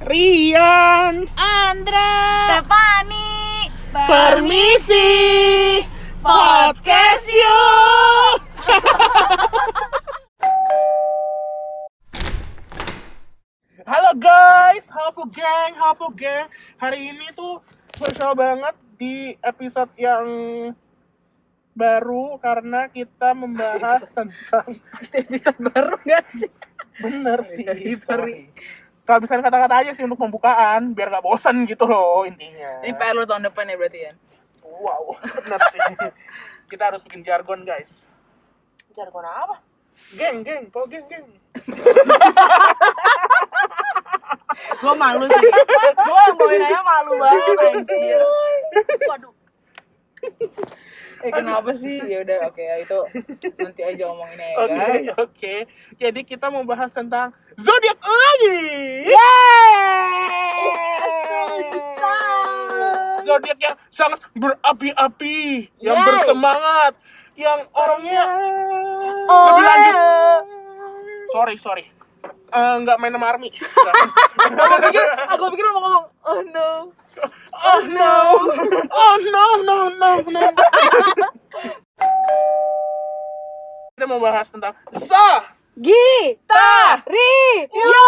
Rian Andra Stefani Permisi Podcast yuk Halo guys, Hapu Gang, Hapu Gang Hari ini tuh spesial banget di episode yang baru karena kita membahas tentang Pasti episode baru gak sih? bener Sorry, sih sorry, sorry. sorry. kehabisan kata-kata aja sih untuk pembukaan biar gak bosan gitu loh intinya Ini PR lu tahun depan ya berarti ya? Wow, benar sih. Kita harus bikin jargon, guys. Jargon apa? Geng, geng, kok geng, geng. Gue malu sih Gue yang bawain aja malu banget anjir Waduh Eh kenapa sih? Ya udah oke ya itu nanti aja omongin aja Oke, guys. oke. Jadi kita mau bahas tentang zodiak lagi. Astrologika. Zodiak yang sangat berapi-api, yang Yeay. bersemangat, yang orangnya Oh, lebih lanjut. Sorry, sorry. Eh, Nggak main sama Army. aku pikir, aku pikir mau ngomong, oh no, oh no, oh no, no, no, no. kita mau bahas tentang sah Gita, Ri, Yo.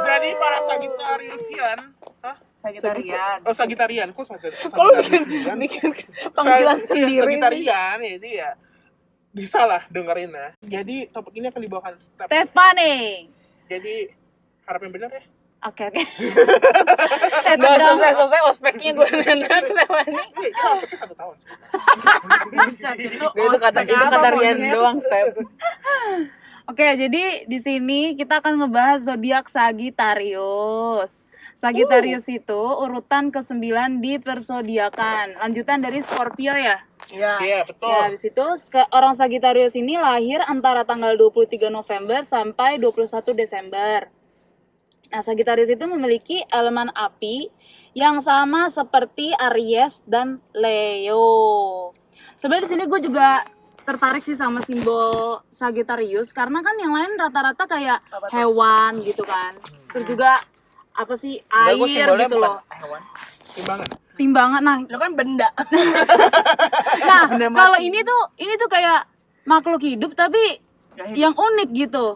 Jadi para Sagitariusian, hah? Sagitarian. Oh Sagitarian, kok Sagitarian? Kalau bikin bikin panggilan sendiri sih. Sagitarian, jadi ya bisa lah dengerin ya. Jadi topik ini akan dibawakan step. Stefani. Jadi harapnya benar ya. Oke oke. Nggak selesai selesai ospeknya gue nenek Stefani. Kita ospeknya satu tahun. sih. Nah, Nggak, itu kata itu kata Rian doang Step. Oke, jadi di sini kita akan ngebahas zodiak Sagittarius. Sagittarius itu urutan ke-9 di persodiakan. Lanjutan dari Scorpio ya. Iya. Iya betul. Ya, habis itu ska- orang Sagittarius ini lahir antara tanggal 23 November sampai 21 Desember. Nah, Sagittarius itu memiliki elemen api yang sama seperti Aries dan Leo. Sebenarnya di sini gue juga tertarik sih sama simbol Sagittarius karena kan yang lain rata-rata kayak hewan gitu kan. Terus juga apa sih Nggak, air gue Hmm. simbolnya gitu bukan loh. hewan. Timbangan. Timbangan. Nah, Lo kan benda. nah Benda mati. kalau ini tuh ini tuh kayak makhluk hidup tapi Nggak hidup. yang unik gitu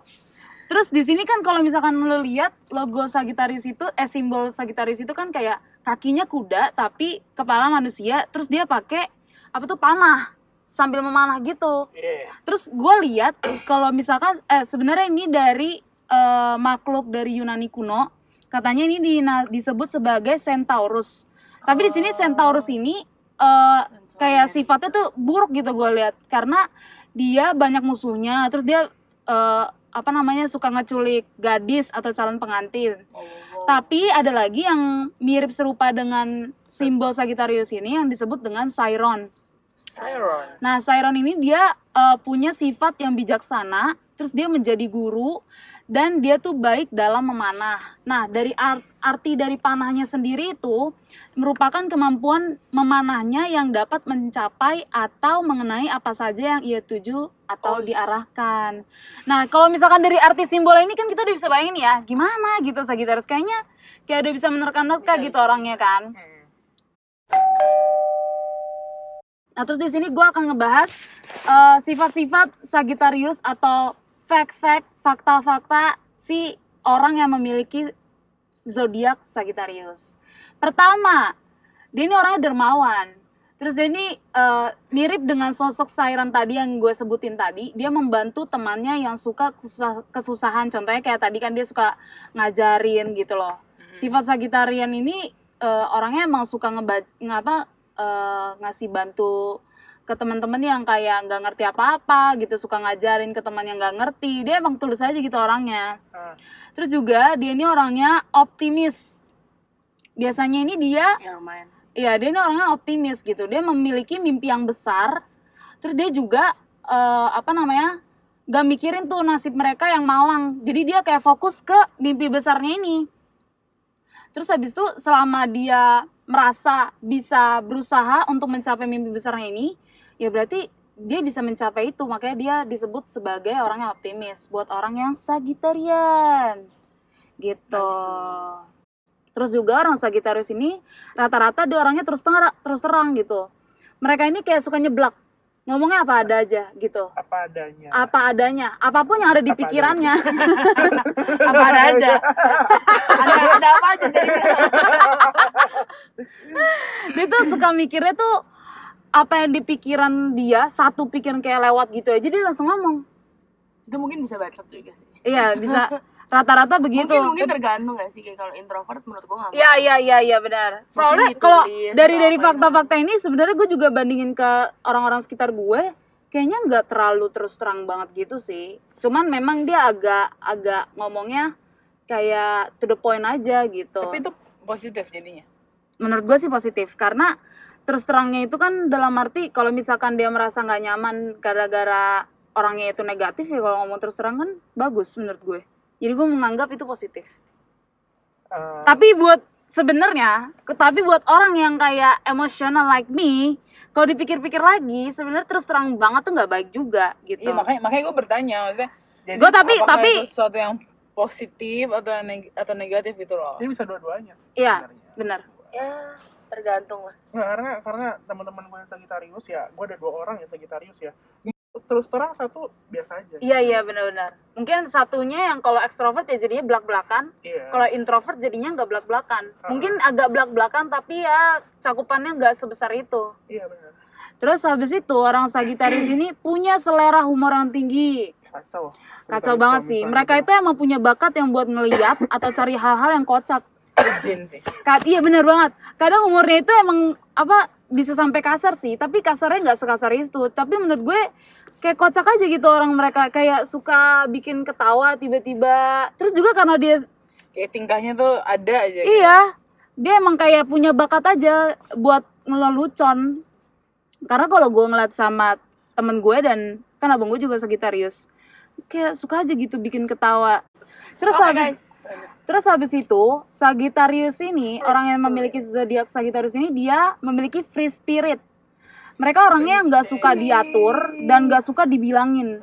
terus di sini kan kalau misalkan lo lihat logo Sagittarius itu eh simbol Sagittarius itu kan kayak kakinya kuda tapi kepala manusia terus dia pakai apa tuh panah sambil memanah gitu Iya. terus gue lihat kalau misalkan eh sebenarnya ini dari eh, makhluk dari Yunani kuno katanya ini dina- disebut sebagai centaurus tapi di sini centaurus ini eh, kayak sifatnya tuh buruk gitu gue lihat karena dia banyak musuhnya terus dia eh, apa namanya suka ngeculik gadis atau calon pengantin tapi ada lagi yang mirip serupa dengan simbol Sagittarius ini yang disebut dengan Chiron. Siron. Nah, Chiron ini dia eh, punya sifat yang bijaksana, terus dia menjadi guru dan dia tuh baik dalam memanah. Nah, dari ar- arti dari panahnya sendiri itu merupakan kemampuan memanahnya yang dapat mencapai atau mengenai apa saja yang ia tuju atau diarahkan. Nah, kalau misalkan dari arti simbol ini kan kita udah bisa bayangin ya, gimana gitu Sagittarius kayaknya kayak udah bisa menerka-nerka gitu orangnya kan. Hmm. Nah, terus di sini gue akan ngebahas eh, sifat-sifat Sagittarius atau fact-fact, fakta-fakta si orang yang memiliki zodiak Sagittarius. Pertama, dia ini orangnya dermawan. Terus dia ini eh, mirip dengan sosok Siren tadi yang gue sebutin tadi. Dia membantu temannya yang suka kesusah- kesusahan. Contohnya kayak tadi kan dia suka ngajarin gitu loh. Sifat Sagittarian ini eh, orangnya emang suka ngeba- ngapa eh, ngasih bantu ke teman-teman yang kayak nggak ngerti apa-apa gitu suka ngajarin ke teman yang nggak ngerti dia emang tulus aja gitu orangnya Ah. Hmm. terus juga dia ini orangnya optimis biasanya ini dia Ya lumayan. Iya, dia ini orangnya optimis gitu. Dia memiliki mimpi yang besar. Terus dia juga eh, apa namanya? Gak mikirin tuh nasib mereka yang malang. Jadi dia kayak fokus ke mimpi besarnya ini. Terus habis itu selama dia merasa bisa berusaha untuk mencapai mimpi besarnya ini, ya berarti dia bisa mencapai itu makanya dia disebut sebagai orang yang optimis buat orang yang Sagitarian gitu terus juga orang Sagitarius ini rata-rata dia orangnya terus terang terus terang gitu mereka ini kayak suka nyeblak ngomongnya apa ada aja gitu apa adanya apa adanya apapun yang ada di Apa adanya. pikirannya apa ada aja ada ada apa aja jadi dia tuh suka mikirnya tuh apa yang di pikiran dia satu pikiran kayak lewat gitu aja dia langsung ngomong itu mungkin bisa bacot juga sih iya bisa rata-rata begitu mungkin mungkin tergantung gak sih kayak kalau introvert menurut gue nggak Gitu. Iya iya iya iya benar. Soalnya ditulis kalau atau dari dari apa gitu. fakta-fakta ini sebenarnya gue juga bandingin ke orang-orang sekitar gue, kayaknya nggak terlalu terus terang banget gitu sih. Cuman memang dia agak agak ngomongnya kayak to the point aja gitu. tapi itu positif jadinya Menurut gue sih positif karena terus terangnya itu kan dalam arti kalau misalkan dia merasa nggak nyaman gara-gara orangnya itu negatif ya kalau ngomong terus terang kan bagus menurut gue. Jadi gue menganggap itu positif Eh, tapi buat sebenarnya ke- tapi buat orang yang kayak emosional like me kalau dipikir-pikir lagi sebenarnya terus terang banget tuh nggak baik juga gitu iya makanya makanya gue bertanya maksudnya jadi Gua tapi- apakah tapi- itu sesuatu yang positif atau yang neg- atau negatif gitu loh jadi bisa dua-duanya sih Iya. sebenarnya. benar ya tergantung lah Nggak, karena karena teman-teman gue yang Sagittarius ya gue ada dua orang yang Sagittarius ya terus terang satu biasa aja iya iya benar-benar mungkin satunya yang kalau ekstrovert ya jadinya belak belakan Iya. kalau introvert jadinya nggak belak belakan Ah. mungkin agak belak belakan tapi ya cakupannya nggak sebesar itu iya benar terus habis itu orang Sagittarius ini punya selera humor yang tinggi kacau kacau banget sih mereka itu emang punya bakat yang buat ngeliat atau cari hal-hal yang kocak izin sih Kad, iya bener banget. Kadang umurnya itu emang apa bisa sampai kasar sih, tapi kasarnya nggak sekasar itu. Tapi menurut gue kayak kocak aja gitu orang mereka kayak suka bikin ketawa tiba-tiba. Terus juga karena dia kayak tingkahnya tuh ada aja gitu. iya, dia emang kayak punya bakat aja buat ngelucon. Karena kalau gue ngeliat sama temen gue dan kan abang gue juga Sagittarius kayak suka aja gitu bikin ketawa. Terus Oke, habis- guys. Terus habis itu, Sagittarius ini, orang yang memiliki zodiak Sagittarius ini, dia memiliki free spirit. Mereka orangnya yang nggak suka diatur dan nggak suka dibilangin.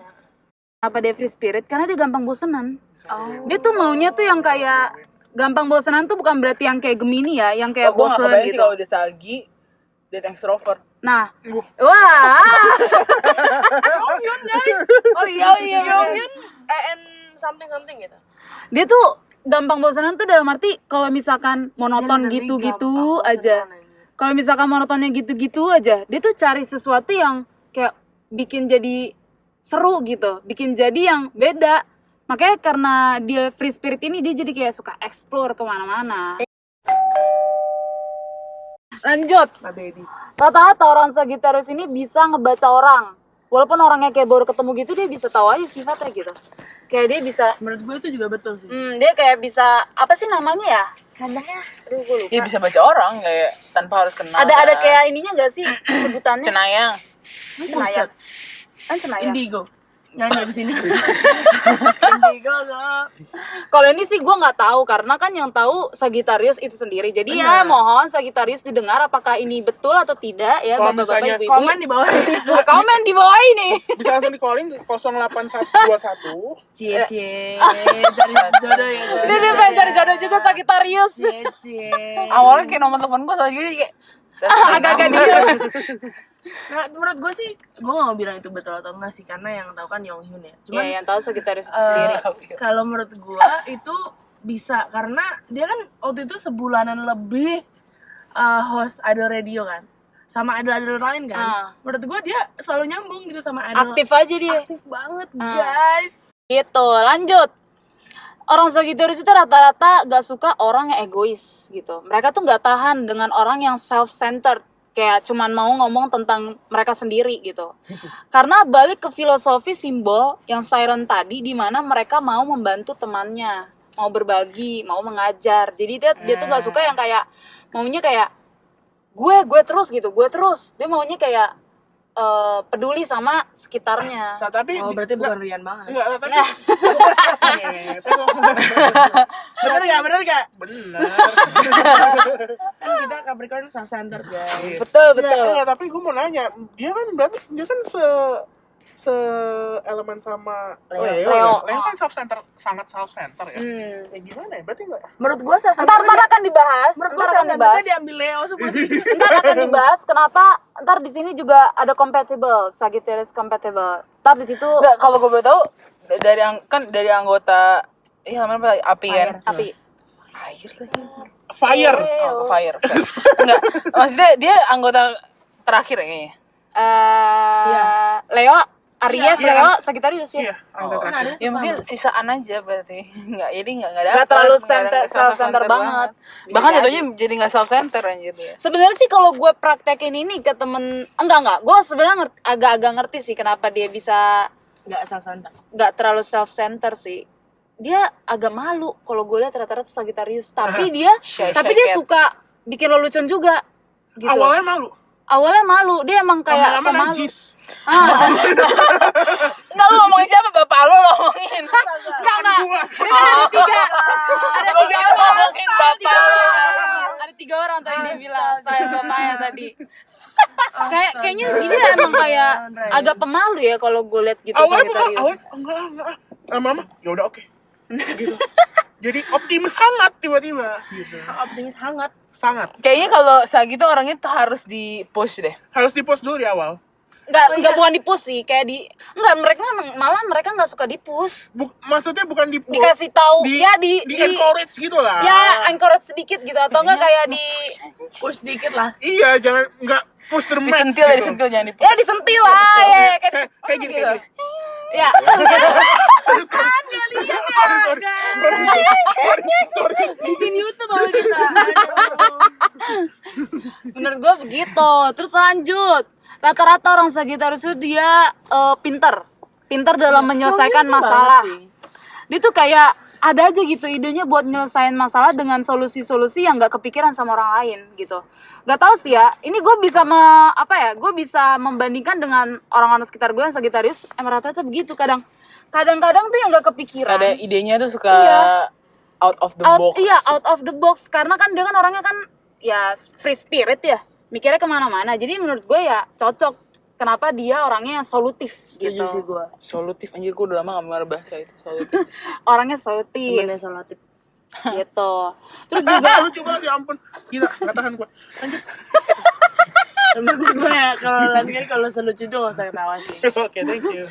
Apa dia free spirit? Karena dia gampang bosenan. Oh. Dia tuh maunya tuh yang kayak gampang bosenan tuh bukan berarti yang kayak Gemini ya, yang kayak Oh, gue gak bosen kebayang sih gitu. kalau udah sagi dia extrovert Nah, wah, Yun guys. oh iya oh iya bener. Yun and something something gitu. dia tuh gampang bosenan tuh dalam arti kalau misalkan monoton Bener-bener gitu-gitu Iya, gampang aja. bosenan aja. kalau misalkan maratonnya gitu-gitu aja dia tuh cari sesuatu yang kayak bikin jadi seru gitu bikin jadi yang beda makanya karena dia free spirit ini dia jadi kayak suka explore kemana-mana Eh. lanjut nah baby rata-rata orang Sagittarius ini bisa ngebaca orang walaupun orangnya kayak baru ketemu gitu dia bisa tahu aja sifatnya gitu kayak dia bisa Menurut gue itu juga betul sih. hmm, dia kayak bisa apa sih namanya ya Namanya aduh gue dia lupa bisa baca orang kayak tanpa harus kenal ada ada kan. kayak ininya gak sih sebutannya cenayang Senayan. Kan Senayan. Indigo. Nyanyi abis ini. indigo loh Kalau ini sih gue nggak tahu karena kan yang tahu Sagittarius itu sendiri. Jadi ya mohon Sagittarius didengar apakah ini betul atau tidak ya Kalau bapak-bapak misalnya ibu-ibu. Komen di bawah. komen di bawah ini bisa langsung di calling 08121 Cie cie. Cari jodoh ya. jodoh. Dia dia pengen cari jodoh juga Sagittarius. Cie cie. awalnya kayak nomor telepon gue soalnya jadi kayak Agak-agak dia. Nah, menurut gue sih, gue gak mau bilang itu betul atau enggak sih, karena yang tahu kan Yong Hyun ya. Cuman Ya yang tahu Sagittarius itu Eh, sendiri. kalau menurut gua itu bisa karena dia kan waktu itu sebulanan lebih eh, host idol radio kan sama idol idol lain kan Ah. menurut gua dia selalu nyambung gitu sama idol Aktif aja dia. aktif banget Ah. guys Gitu. Lanjut. Orang Sagittarius itu rata-rata gak suka orang yang egois gitu. Mereka tuh gak tahan dengan orang yang self-centered. Kayak cuman mau ngomong tentang mereka sendiri gitu. Karena balik ke filosofi simbol yang siren tadi di mana mereka mau membantu temannya, mau berbagi, mau mengajar. Jadi dia dia tuh nggak suka yang kayak maunya kayak gue gue terus gitu, gue terus. Dia maunya kayak eh, peduli sama sekitarnya. nah tapi oh di- berarti nggak- bukan Rian banget nggak, nah, tapi bener gak bener gak Bener. kan kita Capricorn Sun Center guys Betul, Nggak, betul. nggak, tapi gue mau nanya, dia kan berarti dia kan se se elemen sama Leo. ya, Leo. ya. Leo kan self center sangat self center ya. Hmm. Ya gimana ya? Berarti nggak menurut gua Sun Ntar, ntar Center akan dibahas, menurut ntar gua akan Sun dibahas. Center diambil Leo semua Ntar akan dibahas kenapa ntar di sini juga ada compatible, Sagittarius compatible. Ntar di situ Enggak, kalau gue boleh tahu da- dari ang- kan dari anggota ya namanya apa? Api kan? api. Air lagi. fire. Iya, Oh, fire. fire. Enggak. Maksudnya dia anggota terakhir ya kayaknya. Eh, Leo, Aries, Iya. Leo, Sagittarius ya. Iya, angka Oh. terakhir. Ya mungkin sisaan aja berarti. Enggak, jadi enggak enggak ada. Nggak terlalu center- self-center banget. Bahkan jatuhnya jadi enggak self center anjir dia. Sebenarnya sih kalau gue praktekin ini ke temen enggak enggak, gue sebenarnya ngerti- agak-agak ngerti sih kenapa dia bisa nggak Sun Center nggak terlalu self center sih. Dia agak malu kalau gue lihat rata-rata Sagittarius, tapi dia Shy, tapi shy dia cat. suka bikin lo lucun juga. Gitu. Awalnya malu, Awalnya malu, dia emang kayak lama-lama pemalu. najis. Ah, Enggak lu ngomongin siapa? Bapak lu lo ngomongin. enggak enggak. Dia kan ada tiga. Ada tiga Bapak lu orang. ngomongin tiga bapak. orang. Ada tiga orang tadi dia bilang saya bapaknya tadi. kayak kayaknya ini emang kayak agak pemalu ya kalau gue lihat gitu Awalnya pemalu, Sagittarius. awalnya enggak enggak. ah. Lama-lama, ya udah oke. Gitu. Jadi optimis sangat tiba-tiba. Gitu. optimis hangat Sangat. Kayaknya kalau Sagi tuh orangnya tuh harus di push deh. Harus di-post dulu di awal. Enggak enggak bukan dipus sih, kayak di enggak mereka emang- malah mereka enggak suka dipus. Buk- maksudnya bukan di Dikasih tahu ya di Oh, di, di, encourage gitu lah. ya encourage sedikit gitu atau enggak kayak di push dikit lah Iya, jangan enggak push the max Disentil, gitu. disentil jangan di push. ya disentil lah ya kayak Kayak kayak gini kayak gini. ya Sorry, sorry. Sorry, sorry. bikin YouTube sama kita Aduh. menurut gue begitu terus lanjut rata-rata orang Sagittarius itu dia eh, pinter pinter dalam menyelesaikan masalah dia tuh kayak ada aja gitu idenya buat nyelesain masalah dengan solusi-solusi yang nggak kepikiran sama orang lain gitu nggak tahu sih ya ini gue bisa me- apa ya gue bisa membandingkan dengan orang-orang sekitar gue yang Sagittarius emang rata-rata begitu kadang kadang-kadang tuh yang nggak kepikiran Ada idenya tuh suka Iya. out of the out, box. Iya, out of the box. Karena kan dia kan orangnya kan ya free spirit ya. Mikirnya kemana-mana. Jadi menurut gue ya cocok. Kenapa dia orangnya solutif gitu. gue Solutif anjir gue udah lama gak mengenal bahasa itu solutif. Orangnya solutif solatif gitu. Terus juga Lu coba ya ampun. Gila, enggak tahan gua. menurut gue ya kalau lain kali kalau selucu itu gak usah ketawa sih Oke, thank you.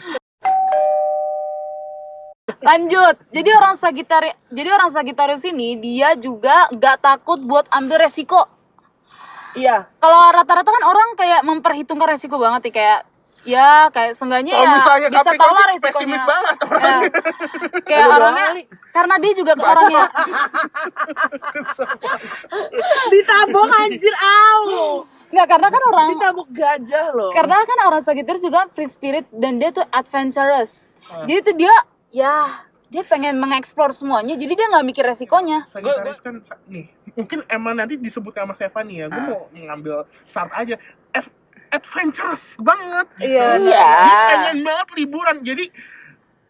lanjut. Jadi orang Sagitari jadi orang Sagitarius ini dia juga gak takut buat ambil resiko. iya Kalau rata-rata kan orang kayak memperhitungkan resiko banget nih kayak ya kayak seenggaknya Kalau ya misalnya bisa Capricorn tahu lah sih resikonya. pesimis banget Ya. Kayak Aduh, orangnya doang kali. karena dia juga ke orangnya ditabok anjir au Enggak, karena kan orang ditabok gajah loh karena kan orang Sagittarius juga free spirit dan dia tuh adventurous. Ah. Jadi tuh dia ya dia pengen mengeksplor semuanya. Jadi dia nggak mikir resikonya. Sagittarius kan sa- nih mungkin emang nanti disebut sama Stefani ya Ah. gue mau ngambil start aja Ad- adventurous banget Iya. Iya. Dia pengen banget liburan jadi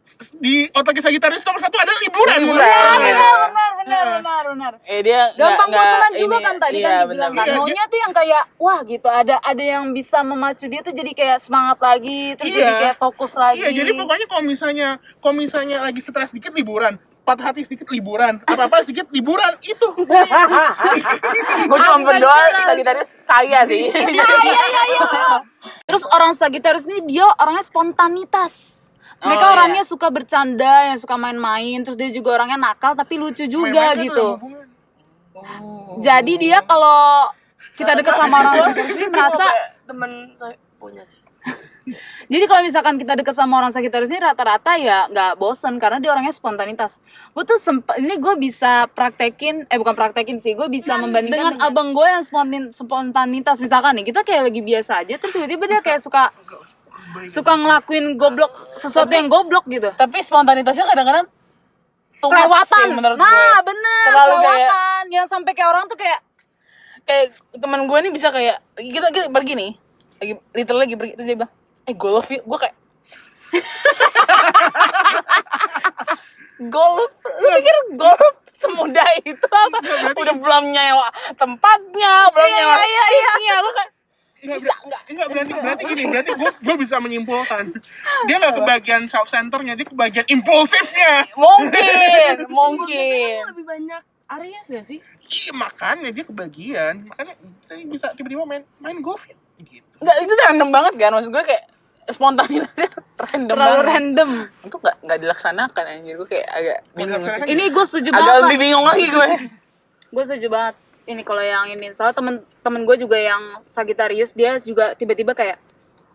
s- di otak Sagittarius nomor satu adalah liburan Liburan. Iya, Iya. Benar, benar, benar, benar, benar. Eh dia Gampang nggak- nggak bosenan juga ini- kan tadi iya, kan dibilang kan. benar-benar. Iya, Maunya tuh yang kayak wah gitu ada ada yang bisa memacu dia tuh jadi kayak semangat lagi, terus Iya. jadi kayak fokus lagi. iya jadi pokoknya kalau misalnya kalau misalnya lagi stres dikit liburan patah hati sedikit liburan apa apa sedikit liburan itu Gue cuma berdoa Sagittarius kaya sih. Iya, iya, iya. Terus orang Sagittarius ini dia orangnya spontanitas. Mereka Oh, iya. orangnya suka bercanda, yang suka main-main, terus dia juga orangnya nakal tapi lucu juga Main-main gitu. dalam hubungan. Jadi dia kalau kita deket sama orang Sagittarius ini merasa Iya. temen saya punya sih jadi kalau misalkan kita deket sama orang Sagittarius ini rata-rata ya nggak bosen karena dia orangnya spontanitas. Gue tuh sempat ini gue bisa praktekin eh bukan praktekin sih gue bisa membandingkan Nah, dengan, abang gue yang spontan- spontanitas misalkan nih kita kayak lagi biasa aja terus tiba-tiba dia kayak suka suka ngelakuin goblok sesuatu yang goblok gitu. Tapi spontanitasnya kadang-kadang too much Kelewatan. sih menurut nah gue. bener Terlalu kayak- kelewatan yang sampai kayak orang tuh kayak Kayak teman gue nih bisa kayak kita, kita pergi nih. Lagi little lagi pergi terus dia bilang, "Eh, gue love you." Gue kayak Golf lu pikir gue semudah itu apa? Udah belum nyewa tempatnya, belum Iya, nyewa iya, seatnya, lu kan bisa nggak? Enggak berarti berarti gini, berarti gue gue bisa menyimpulkan. Dia nggak kebagian self centernya, dia kebagian impulsifnya. Mungkin, Mungkin mungkin. emang lebih banyak Aries gak sih? Iya, makanya dia kebagian. Makanya dia bisa tiba-tiba main main golf ya. Gitu. Enggak, itu random banget kan? Maksud gue kayak spontanitasnya random terlalu banget. random. Itu nggak nggak dilaksanakan anjir gue kayak agak bingung. Dilaksanakan sih. Ini gue setuju Agak banget. lebih bingung lagi gue. Gue setuju banget. Ini kalau yang ini, soalnya temen temen gue juga yang Sagittarius dia juga tiba-tiba kayak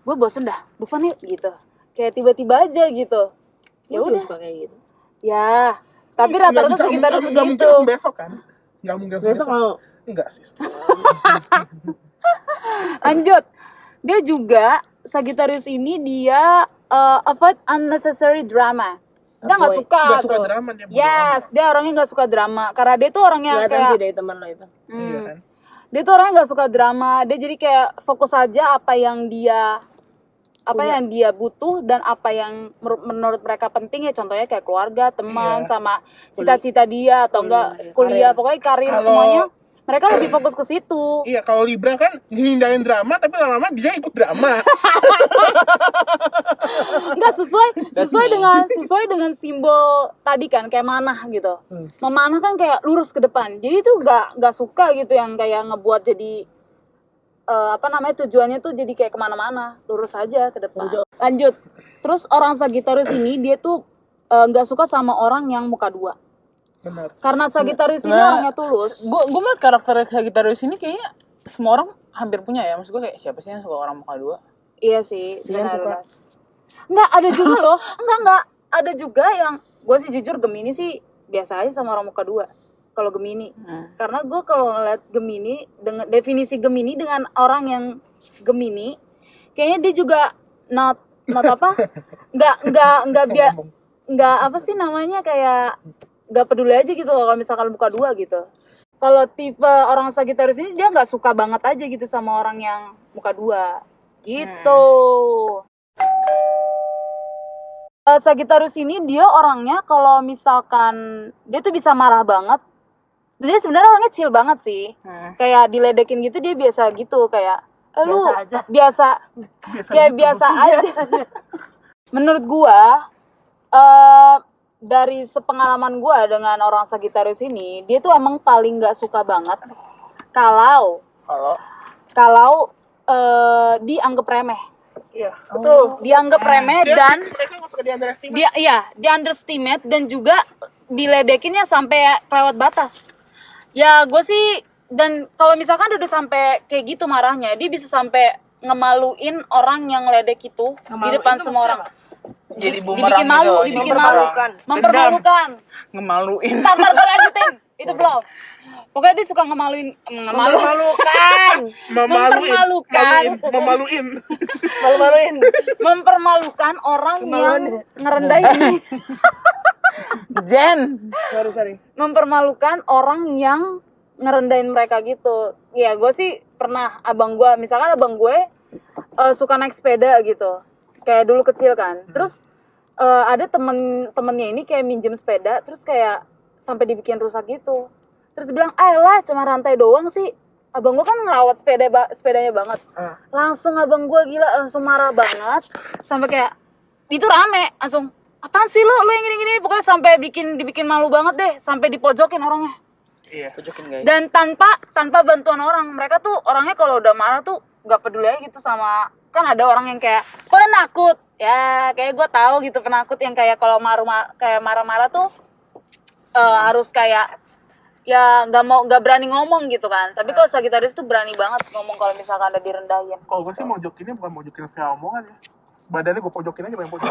gue bosen dah, bukan yuk gitu. Kayak tiba-tiba aja gitu. Ya udah. kayak gitu. Ya, tapi rata-rata Sagittarius Nggak Iya, mungkin begitu. langsung besok kan? Nggak mungkin langsung besok. mau Enggak sih. Lanjut. Dia juga Sagittarius ini dia uh, avoid unnecessary drama. Dia nggak Avoid. suka Nggak suka tuh. drama dia. bodo amat. Yes, dia orangnya nggak suka drama. Karena dia tuh orangnya kayak dari teman lo itu Hmm. Iya kan? dia tuh orangnya nggak suka drama dia jadi kayak fokus aja apa yang dia apa yang dia butuh dan apa yang mer- menurut mereka penting ya contohnya kayak keluarga teman Iya. sama cita-cita dia atau enggak kuliah pokoknya karir Kalau- semuanya mereka lebih fokus ke situ Iya, kalau Libra kan dihindarin drama, tapi lama-lama dia ikut drama. enggak sesuai sesuai dengan sesuai dengan simbol tadi kan kayak manah gitu Hmm. memanah kan kayak lurus ke depan jadi tuh nggak nggak suka gitu yang kayak ngebuat jadi eh, apa namanya tujuannya tuh jadi kayak kemana-mana lurus aja ke depan lanjut terus orang Sagittarius ini dia tuh eh, nggak suka sama orang yang muka dua Benar. karena Sagittarius ini Nah, orangnya tulus Gue gue melihat karakter Sagittarius ini kayaknya semua orang hampir punya ya. Maksud gue kayak siapa sih yang suka orang muka dua? Iya sih, Dia yang suka. benar Enggak, ada juga loh. Enggak, enggak. Ada juga yang gue sih jujur Gemini sih biasa aja sama orang muka dua. Kalau Gemini. Karena gue kalau ngeliat Gemini dengan definisi Gemini dengan orang yang Gemini, kayaknya dia juga not not apa? Enggak, enggak, enggak biar Ngomong. nggak apa sih namanya kayak nggak peduli aja gitu loh kalau misalkan buka dua gitu kalau tipe orang Sagittarius ini dia nggak suka banget aja gitu sama orang yang buka dua gitu Hmm. Eh, Sagittarius ini dia orangnya kalau misalkan dia tuh bisa marah banget dia sebenarnya orangnya chill banget sih Hmm. kayak diledekin gitu dia biasa gitu kayak "Eh, lu Biasa aja. biasa Biasa ya gitu. biasa aja menurut gua eh dari sepengalaman gua dengan orang Sagittarius ini dia tuh emang paling nggak suka banget kalau Kalau kalau eh, dianggap remeh Oh. Iya, betul. dianggap remeh Dia- dan mereka nggak suka di underestimate. dia iya di underestimate dan juga diledekinnya sampai lewat batas ya gue sih dan kalau misalkan udah sampai kayak gitu marahnya dia bisa sampai ngemaluin orang yang ledek itu di depan semua orang jadi bumerang dibikin oh, malu gitu, dibikin malu mempermalukan. mempermalukan Dendam. ngemaluin ntar ntar gue lanjutin itu belum pokoknya dia suka ngemaluin ngemaluin Memalukan. Memaluin. Mempermalukan. Maluin. Memaluin. malu-maluin mempermalukan orang yang ngerendahin Jen sorry sorry mempermalukan orang yang ngerendahin mereka gitu. Ya gue sih pernah abang gue, misalkan abang gue eh, suka naik sepeda gitu, kayak dulu kecil kan. Terus eh, ada temen-temennya ini kayak minjem sepeda, terus kayak sampai dibikin rusak gitu. Terus dia bilang, ah lah cuma rantai doang sih. Abang gue kan ngerawat sepeda ba- sepedanya banget. Ah. Langsung abang gue gila, langsung marah banget. Sampai kayak, itu rame, langsung apaan sih lo lo yang gini-gini pokoknya sampai bikin dibikin malu banget deh sampai dipojokin orangnya Iya. tunjukin guys dan tanpa tanpa bantuan orang mereka tuh orangnya kalau udah marah tuh nggak peduli aja gitu sama kan ada orang yang kayak kok nakut ya kayak gue tahu gitu penakut yang kayak kalau marah kayak marah-marah tuh eh, harus kayak ya nggak mau nggak berani ngomong gitu kan tapi kalau Sagittarius tuh berani banget ngomong kalau misalkan ada direndahin Kalau gue sih mojokinnya bukan mojokin via omongan ya. Badannya gue pojokin aja main pojok.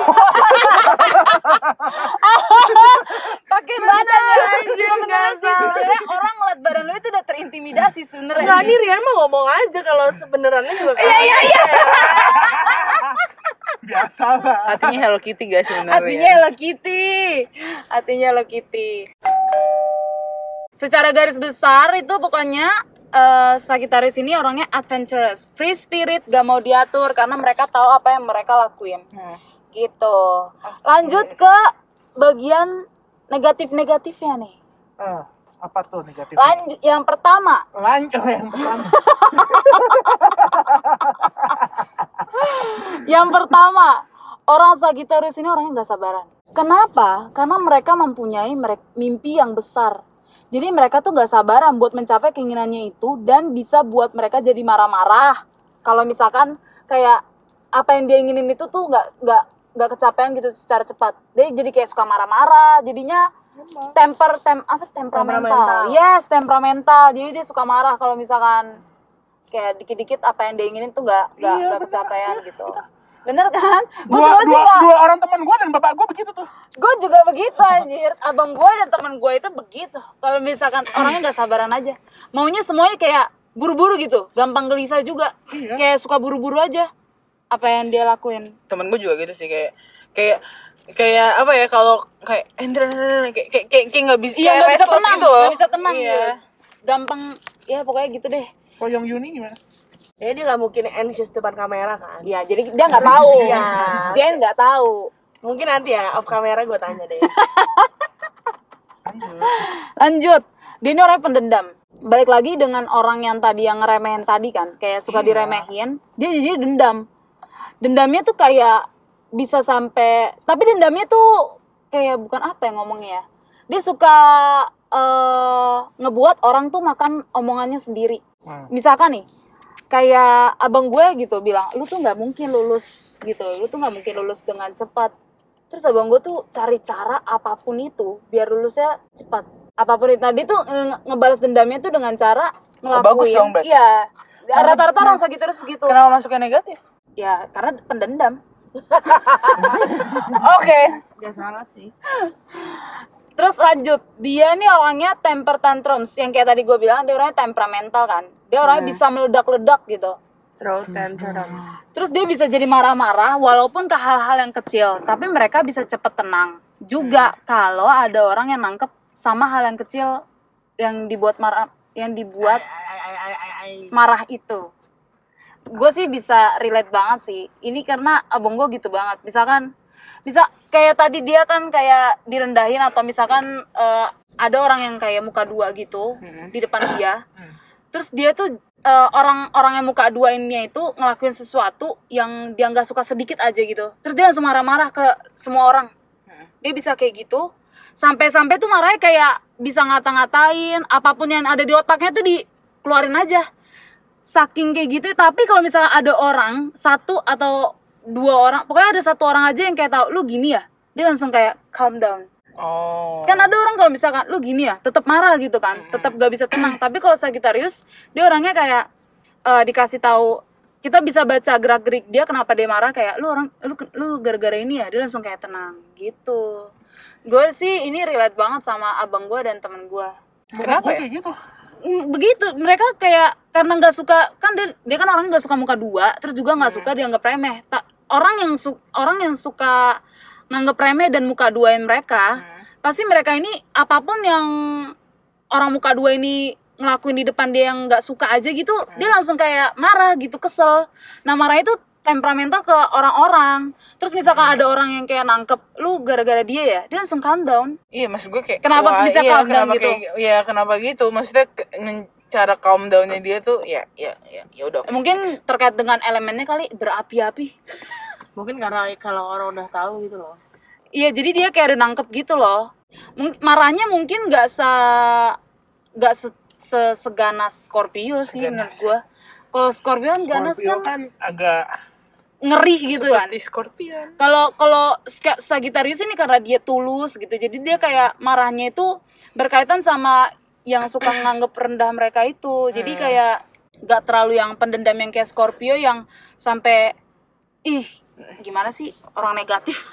pakai badan ya anjir nggak sebenarnya orang ngeliat badan lu itu udah terintimidasi sebenarnya Nah, ini Rian mah ngomong aja kalau sebenarnya juga gitu. iya iya iya Biasa lah. hatinya Hello Kitty guys sebenarnya hatinya Hello Kitty hatinya Hello Kitty secara garis besar itu pokoknya eh, Sagittarius ini orangnya adventurous free spirit gak mau diatur karena mereka tahu Hmm. apa yang mereka lakuin Hmm. gitu lanjut ke bagian negatif-negatifnya nih. Eh, apa tuh negatif? Lanjut yang pertama, Lanjut yang pertama. yang pertama orang Sagittarius ini orangnya nggak sabaran. Kenapa? Karena mereka mempunyai merek- mimpi yang besar. Jadi mereka tuh nggak sabaran buat mencapai keinginannya itu dan bisa buat mereka jadi marah-marah. Kalau misalkan kayak apa yang dia inginin itu tuh nggak nggak nggak kecapean gitu secara cepat. Dia jadi kayak suka marah-marah. Jadinya temper tem apa temperamental. Temperamental. Yes, temperamental. Jadi dia suka marah kalau misalkan kayak dikit-dikit apa yang dia inginin tuh nggak nggak Iya, nggak bener. kecapean gitu. Bener kan? Gue dua, juga sih dua, ya. dua orang teman gue dan bapak gue begitu tuh. Gue juga begitu anjir. Abang gue dan teman gue itu begitu. Kalau misalkan orangnya nggak sabaran aja. Maunya semuanya kayak buru-buru gitu. Gampang gelisah juga. Iya. Kayak suka buru-buru aja. Apa yang dia lakuin. temen gue juga gitu sih kayak kayak kayak apa ya kalau kayak eh, ntar, ntar, ntar, kayak kayak kayak kayak nggak bisa Iya kayak nggak bisa restless tenang. gitu loh. Nggak bisa tenang iya. gitu. Gampang. Ya pokoknya gitu deh. Kalau yang Yuni gimana? Ya dia nggak mungkin anxious depan kamera kan. Iya jadi dia nggak tahu. Iya. Jen nggak tahu. Mungkin nanti ya off kamera gue tanya deh. Lanjut. Lanjut. Dia ini orangnya pendendam. Balik lagi dengan orang yang tadi yang ngeremehin tadi kan, kayak suka diremehin, dia jadi dendam. Dendamnya tuh kayak bisa sampai tapi dendamnya tuh kayak bukan apa yang ngomongnya ya. Dia suka eh, ngebuat orang tuh makan omongannya sendiri. Hmm. Misalkan nih kayak abang gue gitu bilang, "Lu tuh nggak mungkin lulus." gitu. "Lu tuh nggak mungkin lulus dengan cepat." Terus abang gue tuh cari cara apapun itu biar lulusnya cepat. Apapun itu tadi tuh nge- ngebalas dendamnya tuh dengan cara ngelakuin. Oh, bagus dong berarti. Iya. Rata-rata orang Sagittarius begitu. kenapa masuknya negatif Ya, karena pendendam. oke Gak salah sih. Terus lanjut, dia nih orangnya temper tantrums yang kayak tadi gue bilang dia orangnya temperamental kan. Dia orangnya bisa meledak-ledak gitu. Throat tantrum. Terus dia bisa jadi marah-marah walaupun ke hal-hal yang kecil, tapi mereka bisa cepet tenang juga kalau ada orang yang nangkep sama hal yang kecil yang dibuat marah yang dibuat Ay, ay, ay, ay, ay. marah itu. Gue sih bisa relate banget sih. Ini karena abang gue gitu banget. Misalkan bisa kayak tadi dia kan kayak direndahin atau misalkan eh, ada orang yang kayak muka dua gitu di depan dia. Terus dia tuh eh, orang-orang yang muka dua ini itu ngelakuin sesuatu yang dia nggak suka sedikit aja gitu. Terus dia langsung marah-marah ke semua orang. Dia bisa kayak gitu. Sampai-sampai tuh marahnya kayak bisa ngata-ngatain apapun yang ada di otaknya tuh dikeluarin aja saking kayak gitu tapi kalau misalnya ada orang satu atau dua orang pokoknya ada satu orang aja yang kayak tahu lu gini ya dia langsung kayak calm down oh kan ada orang kalau misalkan lu gini ya tetap marah gitu kan tetap gak bisa tenang tapi kalau Sagittarius dia orangnya kayak eh, dikasih tahu kita bisa baca gerak gerik dia kenapa dia marah kayak lu orang lu lu gara-gara ini ya dia langsung kayak tenang gitu gue sih ini relate banget sama abang gue dan temen gue Kenapa ya? kayak gitu? Mm, begitu mereka kayak karena nggak suka kan dia, dia kan orang nggak suka muka dua terus juga nggak suka dianggap remeh Ta- orang yang su- orang yang suka nganggap remeh dan muka duain mereka pasti mereka ini apapun yang orang muka dua ini ngelakuin di depan dia yang nggak suka aja gitu dia langsung kayak marah gitu kesel nah marah itu temperamental ke orang-orang terus misalkan ada orang yang kayak nangkep lu gara-gara dia ya dia langsung calm down iya maksud gue kayak Kenapa bisa calm down kenapa gitu? kayak, iya kenapa gitu maksudnya ke- men- cara calm downnya dia tuh ya ya ya ya udah oke. mungkin terkait dengan elemennya kali berapi-api Mungkin karena kalau orang udah tahu gitu loh. Iya, jadi dia kayak ada nangkep gitu loh. Mung- marahnya mungkin nggak se nggak se, se- seganas Scorpio sih menurut Seganas. gua. Kalau Scorpio kan ganas Scorpio kan kan agak ngeri gitu kan. Seperti Scorpion Kalau kalau Ska- Sagittarius ini karena dia tulus gitu. Jadi dia kayak marahnya itu berkaitan sama yang suka nganggep rendah mereka itu. Jadi kayak nggak terlalu yang pendendam yang kayak Scorpio yang sampai ih gimana sih orang negatif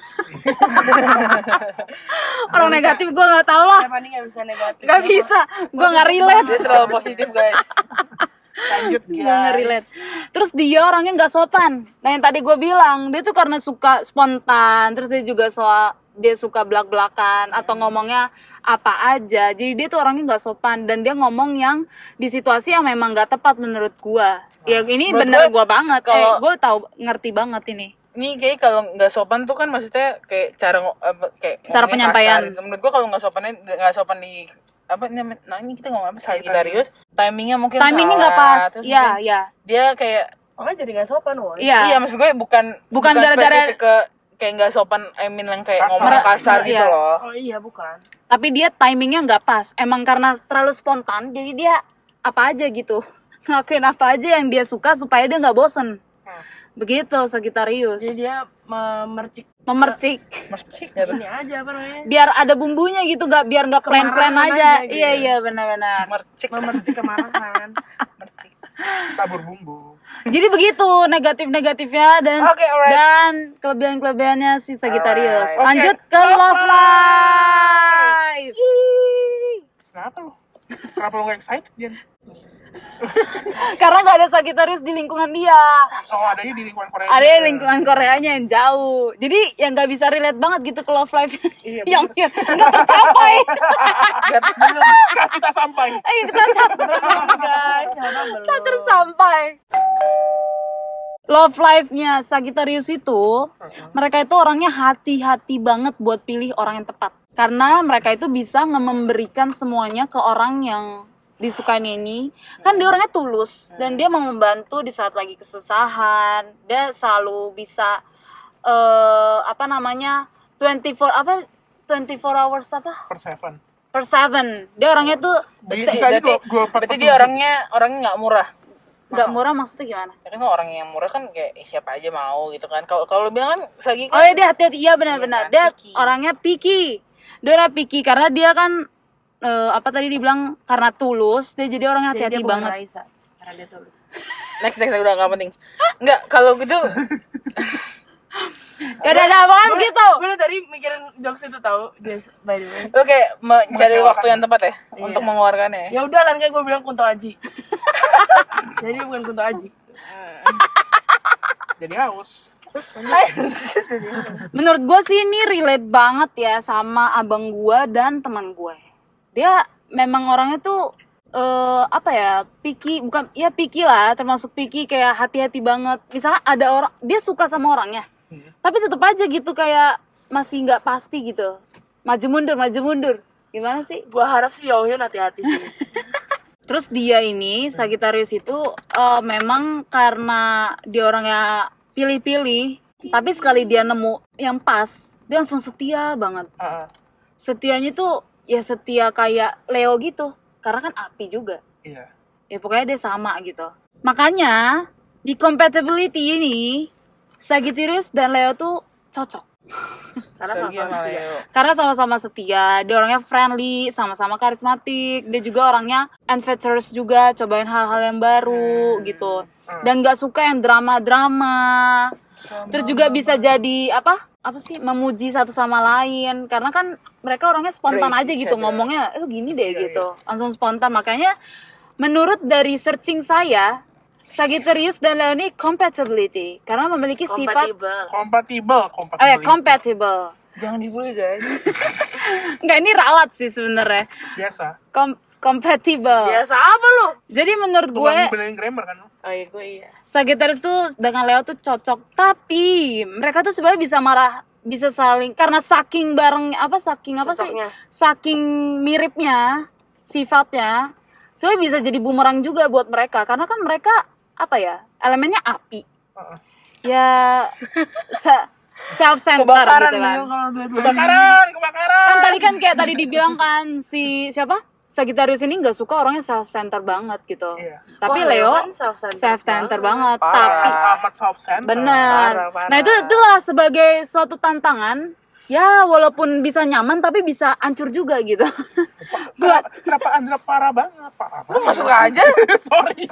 orang negatif gue nggak tahu lah Siapa nih nggak bisa negatif? nggak bisa gue nggak relate dia terlalu positif guys lanjut Nggak guys. nge-relate. Terus dia orangnya nggak sopan. Nah yang tadi gue bilang dia tuh karena suka spontan, terus dia juga soal dia suka belak belakan atau ngomongnya apa aja. Jadi dia tuh orangnya nggak sopan dan dia ngomong yang di situasi yang memang nggak tepat menurut gue. Ya ini Menurut bener gue, gue banget. Kalau kalau- gue tahu ngerti banget ini. ini kayak kalau nggak sopan tuh kan maksudnya kayak cara ngo- apa, kayak Cara ngomongnya penyampaian. kasar gitu. menurut gua kalau nggak sopannya nggak sopan di apa namanya nah ini kita ngomong apa Sagittarius timingnya mungkin timingnya salah. nggak pas Terus iya mungkin iya dia kayak Makanya jadi gak sopan woy iya iya maksud gue bukan Bukan gara-gara- spesifik ke kayak nggak sopan I mean yang kayak Kasar. ngomong kasar Iya. gitu loh Oh iya bukan tapi dia timingnya nggak pas emang karena terlalu spontan jadi dia apa aja gitu ngelakuin apa aja yang dia suka supaya dia nggak bosen Hmm. begitu Sagittarius Jadi dia memercik memercik mercik Iya, gitu ini aja apa namanya biar ada bumbunya gitu nggak biar nggak plan plan Kemarahan aja aja gitu. iya iya benar-benar mercik Memercik kemarahan mercik tabur bumbu. jadi begitu negatif negatifnya dan oke alright dan kelebihan kelebihannya si Sagittarius Alright. Oke. lanjut ke Love love life Kenapa lu? Kenapa lu gak excited, Jen? karena nggak ada Sagittarius di lingkungan dia Oh, adanya di lingkungan Korea. ada juga. yang lingkungan Koreanya yang jauh jadi yang nggak bisa relate banget gitu ke love life Iya, yang nggak tercapai Belum, kasih tak sampai. ayo kita sampai Guys siapa tahu belum tak tersampai love life-nya Sagittarius itu mereka itu orangnya hati-hati banget buat pilih orang yang tepat karena mereka itu bisa nge- memberikan semuanya ke orang yang disukain ini kan dia orangnya tulus dan dia mau membantu di saat lagi kesusahan dia selalu bisa eh apa namanya 24 apa 24 hours apa Per seven. per seven dia orangnya tuh Berarti- Bisa aja berarti- dua- dua empat berarti per dia tujuh. orangnya orangnya nggak murah nggak murah maksudnya gimana ya kan kalau orang yang murah kan kayak "Ih, siapa aja mau gitu kan kalau kalau lu bilang kan sagi Oh kan iya dia hati-hati, iya benar-benar. Iya, Dia picky. orangnya picky. Dia orang picky karena dia kan eh, apa tadi dibilang karena tulus, dia jadi orang yang Jadi dia hati-hati bukan banget. Raisa Karena dia tulus next next udah nggak penting nggak kalau gitu Ya udah udah pokoknya begitu. Gue udah tadi mikirin jokes itu tau Just by the way lu kayak mencari Mengecewakan. waktu yang tepat ya Iya. untuk mengeluarkannya ya? Ya udah lah kayak gue bilang Kunto Aji Jadi dia bukan Kunto Aji Jadi haus. Menurut gue sih ini relate banget ya sama abang gue dan teman gue. Dia memang orangnya tuh eh apa ya picky bukan ya picky lah termasuk picky kayak hati-hati banget misalnya ada orang dia suka sama orangnya Hmm. tapi tetap aja gitu kayak masih nggak pasti gitu maju mundur maju mundur gimana sih Gue harap sih Yohyun hati-hati sih Terus dia ini Sagittarius itu eh, memang karena dia orangnya pilih-pilih, tapi sekali dia nemu yang pas, dia langsung setia banget. Heeh. Setianya tuh ya setia kayak Leo gitu, karena kan api juga. Iya. Ya pokoknya dia sama gitu. Makanya di compatibility ini Sagittarius dan Leo tuh cocok. Karena sama Sagi sama Leo. Karena sama-sama setia, dia orangnya friendly, sama-sama karismatik, dia juga orangnya adventurous juga, cobain hal-hal yang Hmm. baru gitu. Hmm. Dan nggak suka yang drama-drama. Terus juga bisa jadi apa? Apa sih memuji satu sama lain karena kan mereka orangnya spontan Praise aja each gitu other. ngomongnya, lu gini deh Iya, gitu. Langsung spontan. Makanya menurut dari searching saya Sagittarius dan Leo ini compatibility karena memiliki sifat Compatible Kompatibel, kompatibel. oh ya, compatible. jangan dibully guys Enggak ini ralat sih sebenarnya. Biasa. Com- compatible. Biasa apa lu? Jadi menurut gue Bukan benerin grammar kan? lu? Oh iya gue iya Sagittarius tuh dengan Leo tuh cocok, tapi mereka tuh sebenarnya bisa marah, bisa saling karena saking bareng apa saking apa sih? Cocoknya. Saking miripnya sifatnya. Sebenarnya bisa jadi bumerang juga buat mereka karena kan mereka apa ya? Elemennya api. Heeh. Ya self center Kebakaran gitu lu kan. kalau dua-dua Kebakaran, kebakaran. kan tadi kan kayak tadi dibilang kan si siapa Sagittarius ini nggak suka orangnya self center banget gitu Iya. Wah, tapi Leo kan self-centered self center banget Parah. tapi Amat soft center. benar Parah, parah. nah itu itulah sebagai suatu tantangan ya walaupun bisa nyaman tapi bisa hancur juga gitu buat Kenapa Andra parah banget? Parah lu banget. masuk aja Sorry.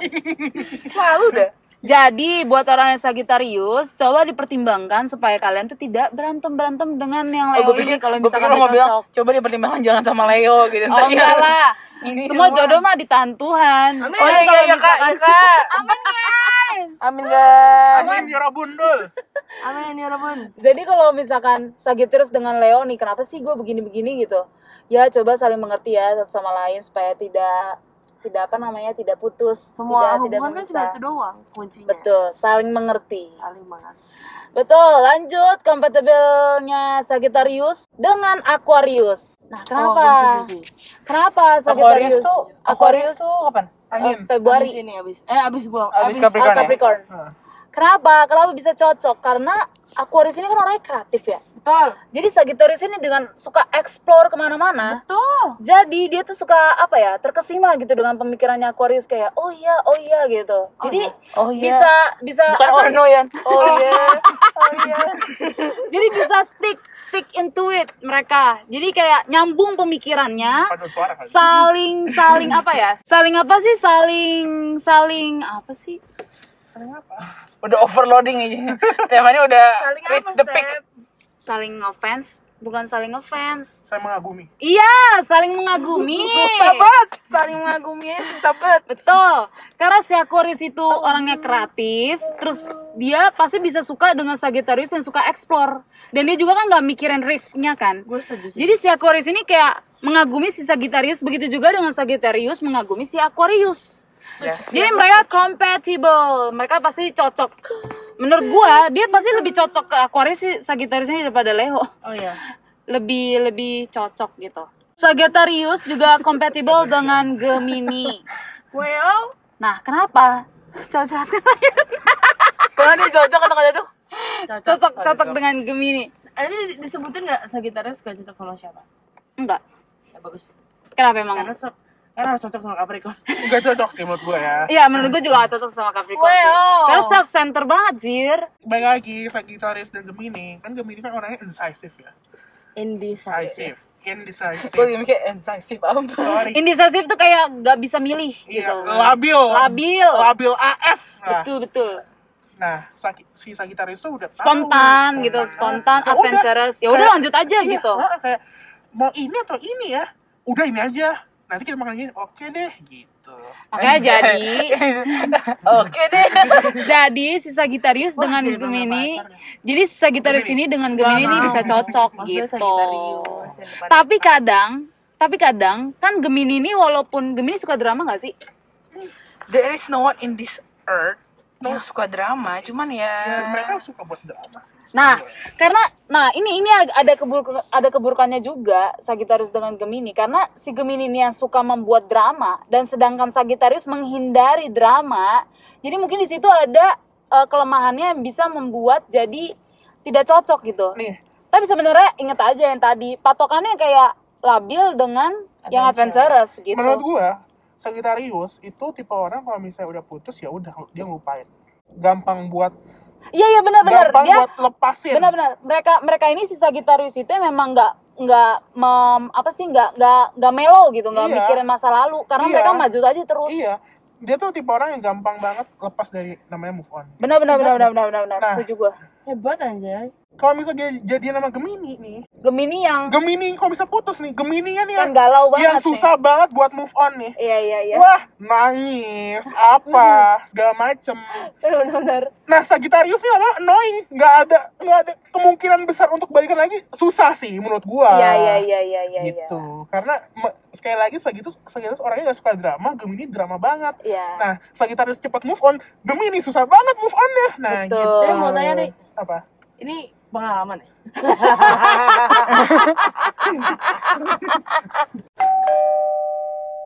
selalu dah jadi buat orang yang Sagittarius coba dipertimbangkan supaya kalian tuh tidak berantem berantem dengan yang oh, Leo gue ini pikir kalau gue pikir misalkan lu mau udah bilang cocok coba dipertimbangkan jangan sama Leo gitu oh enggak lah Ini semua semua. jodoh mah di tangan Tuhan Amin. oh iya iya, iya kak iya kak amin guys amin guys Amin ya Rabundul. Amin ya Rabbun Jadi kalau misalkan Sagittarius dengan Leo nih, kenapa sih gue begini-begini gitu? Ya coba saling mengerti ya satu sama lain supaya tidak tidak apa namanya tidak putus, Semua hubungan kan tidak tidak cuma memisah. itu doang kuncinya Betul, saling mengerti. Saling banget Betul, lanjut kompatibelnya Sagittarius dengan Aquarius. Nah, Oh, kenapa? gue setuju sih. Kenapa Sagittarius? Aquarius tuh Aquarius tuh kapan? Angin. eh, Februari Abis ini abis. Eh abis gua. Abis Abis, Capricorn, ya? Hmm. Ah, Capricorn. Hah. Kenapa? Kenapa bisa cocok? Karena Aquarius ini kan orangnya kreatif ya. Betul. Jadi Sagittarius ini dengan suka explore kemana-mana. Betul. Jadi dia tuh suka apa ya? Terkesima gitu dengan pemikirannya Aquarius kayak oh iya, oh iya gitu. Jadi Oh bisa bisa Bukan apa- Orno ya. Oh iya. Oh iya. Jadi bisa stick stick into it mereka. Jadi kayak nyambung pemikirannya, Paduan suara kali. saling saling apa ya? Saling apa sih? Saling saling apa sih? Udah overloading aja. Stefani udah Saling reach apa, the peak. Step? Saling offense, bukan saling offense. Saya mengagumi. Iya, saling mengagumi. Susah banget. Saling mengagumi susah banget. Betul. Karena si Aquarius itu orangnya kreatif, terus dia pasti bisa suka dengan Sagittarius yang suka explore. Dan dia juga kan nggak mikirin risknya kan. Gue setuju sih. Jadi si Aquarius ini kayak mengagumi si Sagittarius, begitu juga dengan Sagittarius mengagumi si Aquarius. Jadi mereka compatible, mereka pasti cocok. Menurut gua, dia pasti lebih cocok ke Aquarius si Sagittarius ini daripada Leo. Oh iya. Lebih lebih cocok gitu. Sagittarius juga compatible dengan Gemini. Well, Nah, kenapa? Coba jelaskan lagi. Kalau dia cocok atau gak cocok? cocok. Cocok cocok dengan Gemini. Eh, Ini di- disebutin nggak Sagittarius gak cocok sama siapa? Enggak. Ya bagus. Kenapa emang? Karena se- karena harus cocok sama Capricorn. Gak cocok sih menurut gue ya. Iya, menurut gue juga gak cocok sama Capricorn. sih. Wow. Karena self center banget, Jir. Baik lagi Sagittarius dan Gemini. Kan Gemini kan orangnya indecisive ya. Indecisive. Decisive. Iya. Indecisive. Gue mikir "Eh, insensitif apa? Sorry. Indecisive tuh kayak gak bisa milih Iya, gitu. labil. Labil. Labil AF. Nah, Betul betul. nah Sagi- si Sagittarius tuh udah tahu. Spontan gitu, spontan, Ya udah. adventurous. Ya udah Kayak- lanjut aja Iya, gitu. heeh, kayak mau ini atau ini ya. Udah ini aja. Nanti kita makan gini. Oke deh gitu. Makanya jadi Oke deh. jadi si Sagittarius Wah, dengan jadi nama Gemini. pacar ya. Jadi si Sagittarius Gemini. ini dengan Gemini ini Wow. bisa cocok Maksudnya gitu. Sagittarius yang depan- Tapi kadang tapi kadang kan Gemini ini walaupun Gemini suka drama gak sih? There is no one in this earth yang suka drama, cuman ya. Dan mereka suka buat drama sih. Nah, karena nah ini ini ag- ada keburuk ada keburukannya juga Sagittarius dengan Gemini karena si Gemini ini yang suka membuat drama dan sedangkan Sagittarius menghindari drama. Jadi mungkin di situ ada eh, kelemahannya yang bisa membuat jadi tidak cocok gitu. Nih, Tapi sebenarnya inget aja yang tadi patokannya kayak labil dengan yang adventurous gitu. menurut gue Sagittarius itu tipe orang kalau misalnya udah putus ya udah dia ngelupain. Gampang buat Iya iya benar-benar gampang dia buat lepasin. benar-benar mereka mereka ini si Sagittarius itu memang nggak nggak mem- apa sih nggak nggak nggak melo gitu nggak Iya. mikirin masa lalu karena Iya. mereka maju aja terus Iya. Dia tuh tipe orang yang gampang banget lepas dari namanya move on. benar-benar benar-benar benar-benar benar. Nah. setuju gue Hebat anjay. Kalau misalnya dia jadian sama Gemini nih, Gemini yang Gemini kalau bisa putus nih, Gemini kan yang yang galau banget yang nih. susah banget buat move on nih. iya iya iya Wah, nangis, apa, segala macem. benar-benar Nah, Sagittarius nih apa? Annoying. Nggak ada, nggak ada kemungkinan besar untuk balikan lagi. Susah sih menurut gua. iya iya iya iya iya iya Gitu. Karena me- sekali lagi Sagittarius, Sagittarius orangnya nggak suka drama, Gemini drama banget. Iya. Nah, Sagittarius cepat move on, Gemini susah banget move on deh. Nah, Betul. gitu. Eh mau tanya nih, Apa? ini pengalaman ya?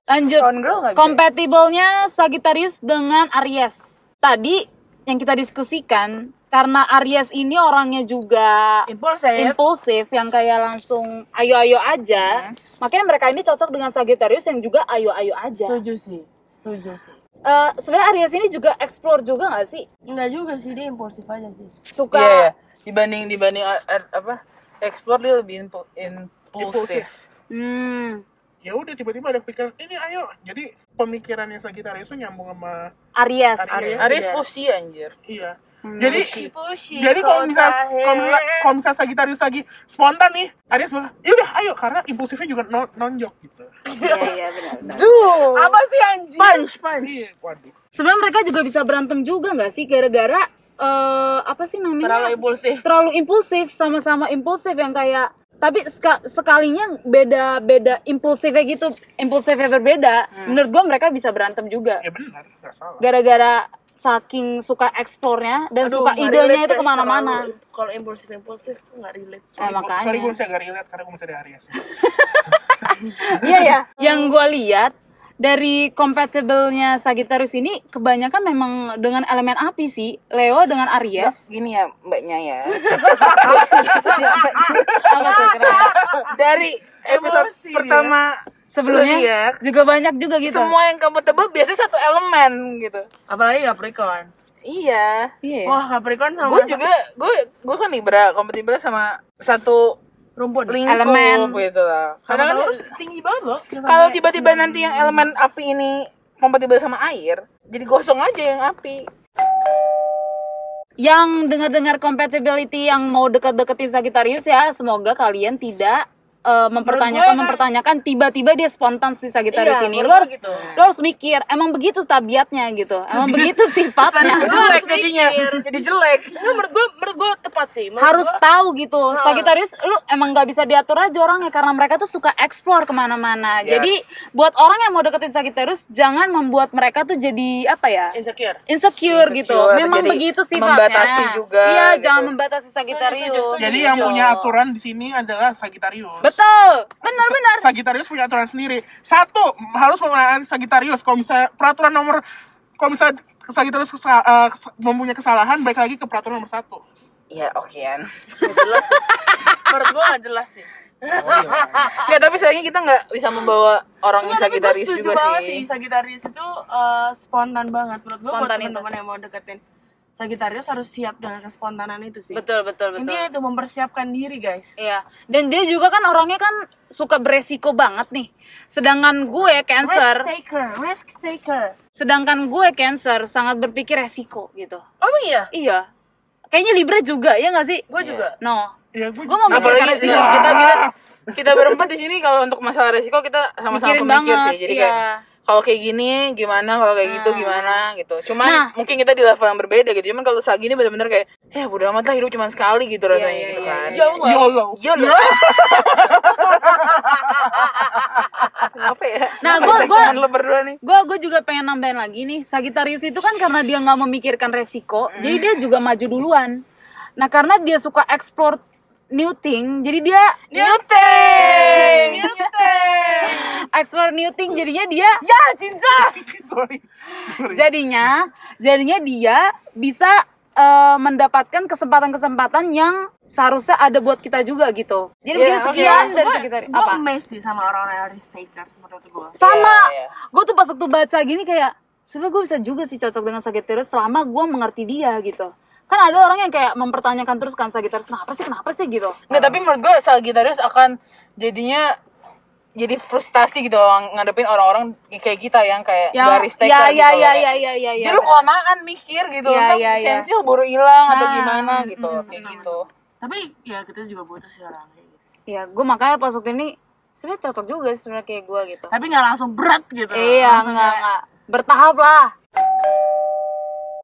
lanjut Sound girl nggak bisa. Compatible-nya Sagittarius dengan Aries. Tadi yang kita diskusikan karena Aries ini orangnya juga Impulsif. ya? impulsif yang kayak langsung ayo-ayo aja. Makanya mereka ini cocok dengan Sagittarius yang juga ayo-ayo aja. Setuju sih. Setuju sih. Eh, sebenarnya Aries ini juga explore juga nggak sih? Enggak juga sih dia impulsif aja sih. Suka Iya, iya. dibanding dibanding ar- ar- apa? Explore dia lebih impu- impulsif. hmm, Ya udah tiba-tiba ada pikiran ini ayo. Jadi pemikirannya Sagittarius tuh nyambung sama Iya, Aries. Aries. Aries pusi anjir. Iya. Hmm, Jadi Pushy. Jadi kalau misalnya kalau misalnya kalau misalnya Sagittarius lagi spontan nih, Aries bilang, "Yaudah, ayo karena impulsifnya juga non nonjok gitu." Iya, iya benar-benar. Duh. apa sih anjing? Punch, punch. Iya, waduh. Sebenarnya mereka juga bisa berantem juga nggak sih gara-gara eh, apa sih namanya? Terlalu impulsif. terlalu impulsif sama-sama impulsif yang kayak tapi seka- sekalinya beda beda impulsifnya gitu impulsifnya berbeda menurut gua mereka bisa berantem juga Ya benar, enggak salah. gara-gara saking suka eksplornya dan Aduh, suka nggak idenya relate, itu guys, kemana-mana. terlalu- Kalau impulsif impulsif tuh nggak relate. Eh, makanya. Sorry gue masih agak relate karena gue masih ada Aries. Iya ya, yang gue lihat dari compatible-nya Sagittarius ini kebanyakan memang dengan elemen api sih. Leo dengan Aries. Gini ya mbaknya ya. Apa tuh, kenapa? Dari episode Emosi ya. pertama Sebelumnya Iya. Zodiac, juga banyak juga gitu. semua yang kamu tebak biasanya satu elemen gitu. Apalagi Capricorn. Iya. Iya. Wah Capricorn sama Gue juga gue gue kan Libra, kompatibel sama satu rumput. lingkup Elemen. gitu lah. Karena Kadang lu kan tinggi banget loh. kalau tiba-tiba nanti yang elemen api ini kompatibel sama air, jadi gosong aja yang api. yang dengar-dengar compatibility yang mau deket-deketin Sagittarius ya semoga kalian tidak eh, mempertanyakan gue, mempertanyakan tiba-tiba dia spontan si Sagittarius kan? Iya, ini menurut lo gue harus gitu. lo harus mikir emang begitu tabiatnya gitu emang begitu Jadi sifatnya jelek jadinya, jadi jelek. Nggak, menurut gue menurut gue tepat sih. Menurut harus gua- tahu gitu Sagittarius lu emang nggak bisa diatur aja orangnya karena mereka tuh suka explore kemana-mana Yes. jadi buat orang yang mau deketin Sagittarius jangan membuat mereka tuh jadi apa ya insecure. insecure, gitu Insecure, memang jadi begitu sifatnya membatasi juga, iya gitu. jangan membatasi Sagittarius Jadi yang Gitu. punya aturan di sini adalah Sagittarius. Betul, benar-benar. Sagittarius punya aturan sendiri. Satu, harus menggunakan Sagittarius. Kalau misalnya peraturan nomor kalau misalnya Sagittarius kesa- eh, kes- mempunyai kesalahan, baik lagi ke peraturan nomor satu. Ya okean. Nggak jelas. menurut gue nggak jelas sih. Nggak, tapi sayangnya kita nggak bisa membawa Nggak, Iya, tapi orang gua Sagitarius setuju juga banget sih. Sagitarius itu eh, spontan banget menurut gue buat Spontan itu. teman-teman yang mau deketin Sagitarius harus siap dengan kespontanan itu sih. Betul, betul, betul. Intinya itu mempersiapkan diri guys. Iya. Dan dia juga kan orangnya kan suka beresiko banget nih. Sedangkan gue Risk cancer, taker, risk taker. sedangkan gue cancer sangat berpikir resiko gitu. Oh iya, Iya. Kayaknya Libra juga ya nggak sih? gue juga. No. Iya, Ya, gue Gue mau mikir Apalagi karena kita kita kita, kita berempat di sini kalau untuk masalah resiko kita sama-sama mikirin pemikir banget. sih. Jadi iya. kayak kalau kayak gini gimana kalau kayak Nah. gitu gimana gitu cuman Nah. mungkin kita di level yang berbeda gitu cuman kalau Sagi ini benar-benar kayak ya udah amat lah hidup cuman sekali gitu rasanya Iya, iya, gitu iya, kan iya. Jauh lah. YOLO. Yo lo kenapa ya Nah, Kenapa gua- ya gua- teman lo berdua nih Gue gue juga pengen nambahin lagi nih. Sagittarius itu kan karena dia nggak memikirkan resiko, jadi dia juga maju duluan. Nah karena dia suka explore new thing, jadi dia iya. Nyuteng explore new thing, jadinya dia Ya, cinta. Sorry. Sorry. jadinya jadinya dia bisa eh, mendapatkan kesempatan-kesempatan yang seharusnya ada buat kita juga gitu. Jadi mungkin oke. sekian dari Iya, Gua- sekitar Gue apa? amazed sih sama orang-orang yang risk taker menurut gue. Sama. Iya, iya. Gue tuh pas waktu baca gini kayak sebenarnya gue bisa juga sih cocok dengan Sagittarius selama gue mengerti dia gitu. Kan ada orang yang kayak mempertanyakan terus kan Sagittarius kenapa sih kenapa sih gitu. nggak tapi menurut gue Sagitarius akan jadinya jadi frustasi gitu orang- ngadepin orang-orang kayak kita yang kayak Ya garis taker ya gitu ya loh, ya kayak- ya ya ya. Jadi lu kelamaan mikir gitu, Iya, ntar iya, iya. chance nya buru hilang atau Nah, gimana mm, gitu, mm, kayak betul, gitu. Tapi ya kita juga butuh sih orang kayak gitu. Iya, gue makanya pas waktu ini sebenarnya cocok juga sih sebenarnya kayak gue gitu. Nah, Tapi nggak langsung berat gitu. Iya, Langsung enggak, kayak- enggak. Bertahap lah.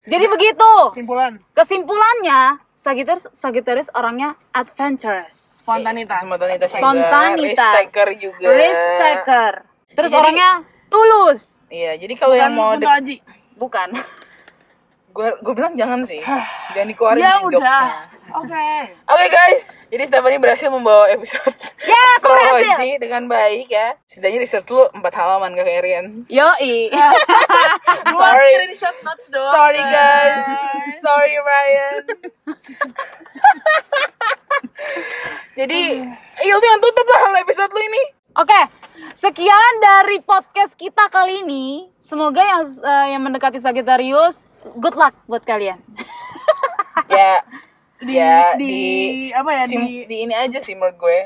Jadi begitu. Kesimpulan. Kesimpulannya, Sagittarius, Sagittarius orangnya adventurous. Spontanitas. Spontanitas, Spontanitas. juga, risk taker juga. Risk taker. Terus Jadi- orangnya tulus. Iya, jadi kalau yang Bukan mau, Kunto kan Aji. Bukan. gue gue bilang jangan sih, jangan dikeluarin Ya sih jokesnya. udah. Oke. Oke guys, jadi Stephanie berhasil membawa episode Ya, aku berhasil. astrologi dengan baik ya. Setidaknya riset lu 4 halaman ke Rian. Yoi. Dua Sorry. screenshot notes doang. kan. Sorry guys, sorry Ryan. jadi, iya lu yang tutup lah episode lu ini. Oke, sekian dari podcast kita kali ini. Semoga yang eh, yang mendekati Sagittarius, good luck buat kalian. ya Di, ya di, di, apa ya di, sim- di ini aja sih menurut gue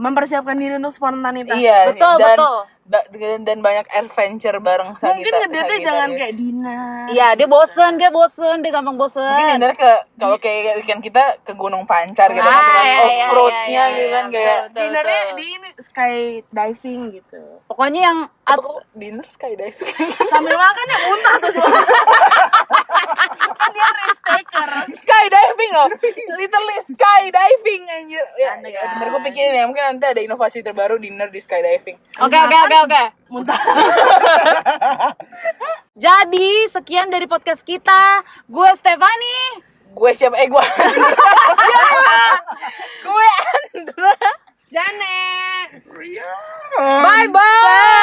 mempersiapkan diri untuk spontanitas. iya betul, dan betul. ba- dan, dan banyak adventure bareng Sagita- Mungkin ngedate Sagittarius. jangan kayak dinner. Iya, dia bosen, dia bosen, dia gampang bosen. mungkin ngedate ke kalau kayak weekend kita ke Gunung Pancar gitu kan Ah, dengan iya, iya, off roadnya iya, gitu iya, kan kayak betul, Dinnernya betul. di ini sky diving gitu. Pokoknya yang Atau ad- kok dinner skydiving Sambil makan ya muntah tuh semua. kan dia risk taker. skydiving loh literally skydiving anjir ya, Aneh, ya kan? bener gue pikirin ya mungkin nanti ada inovasi terbaru dinner di skydiving Oke, oke, oke, oke. Muntah. Jadi sekian dari podcast kita. Gue Stefani. Gue siapa? Eh gue. Gue Andra. Janet Ria. Bye bye.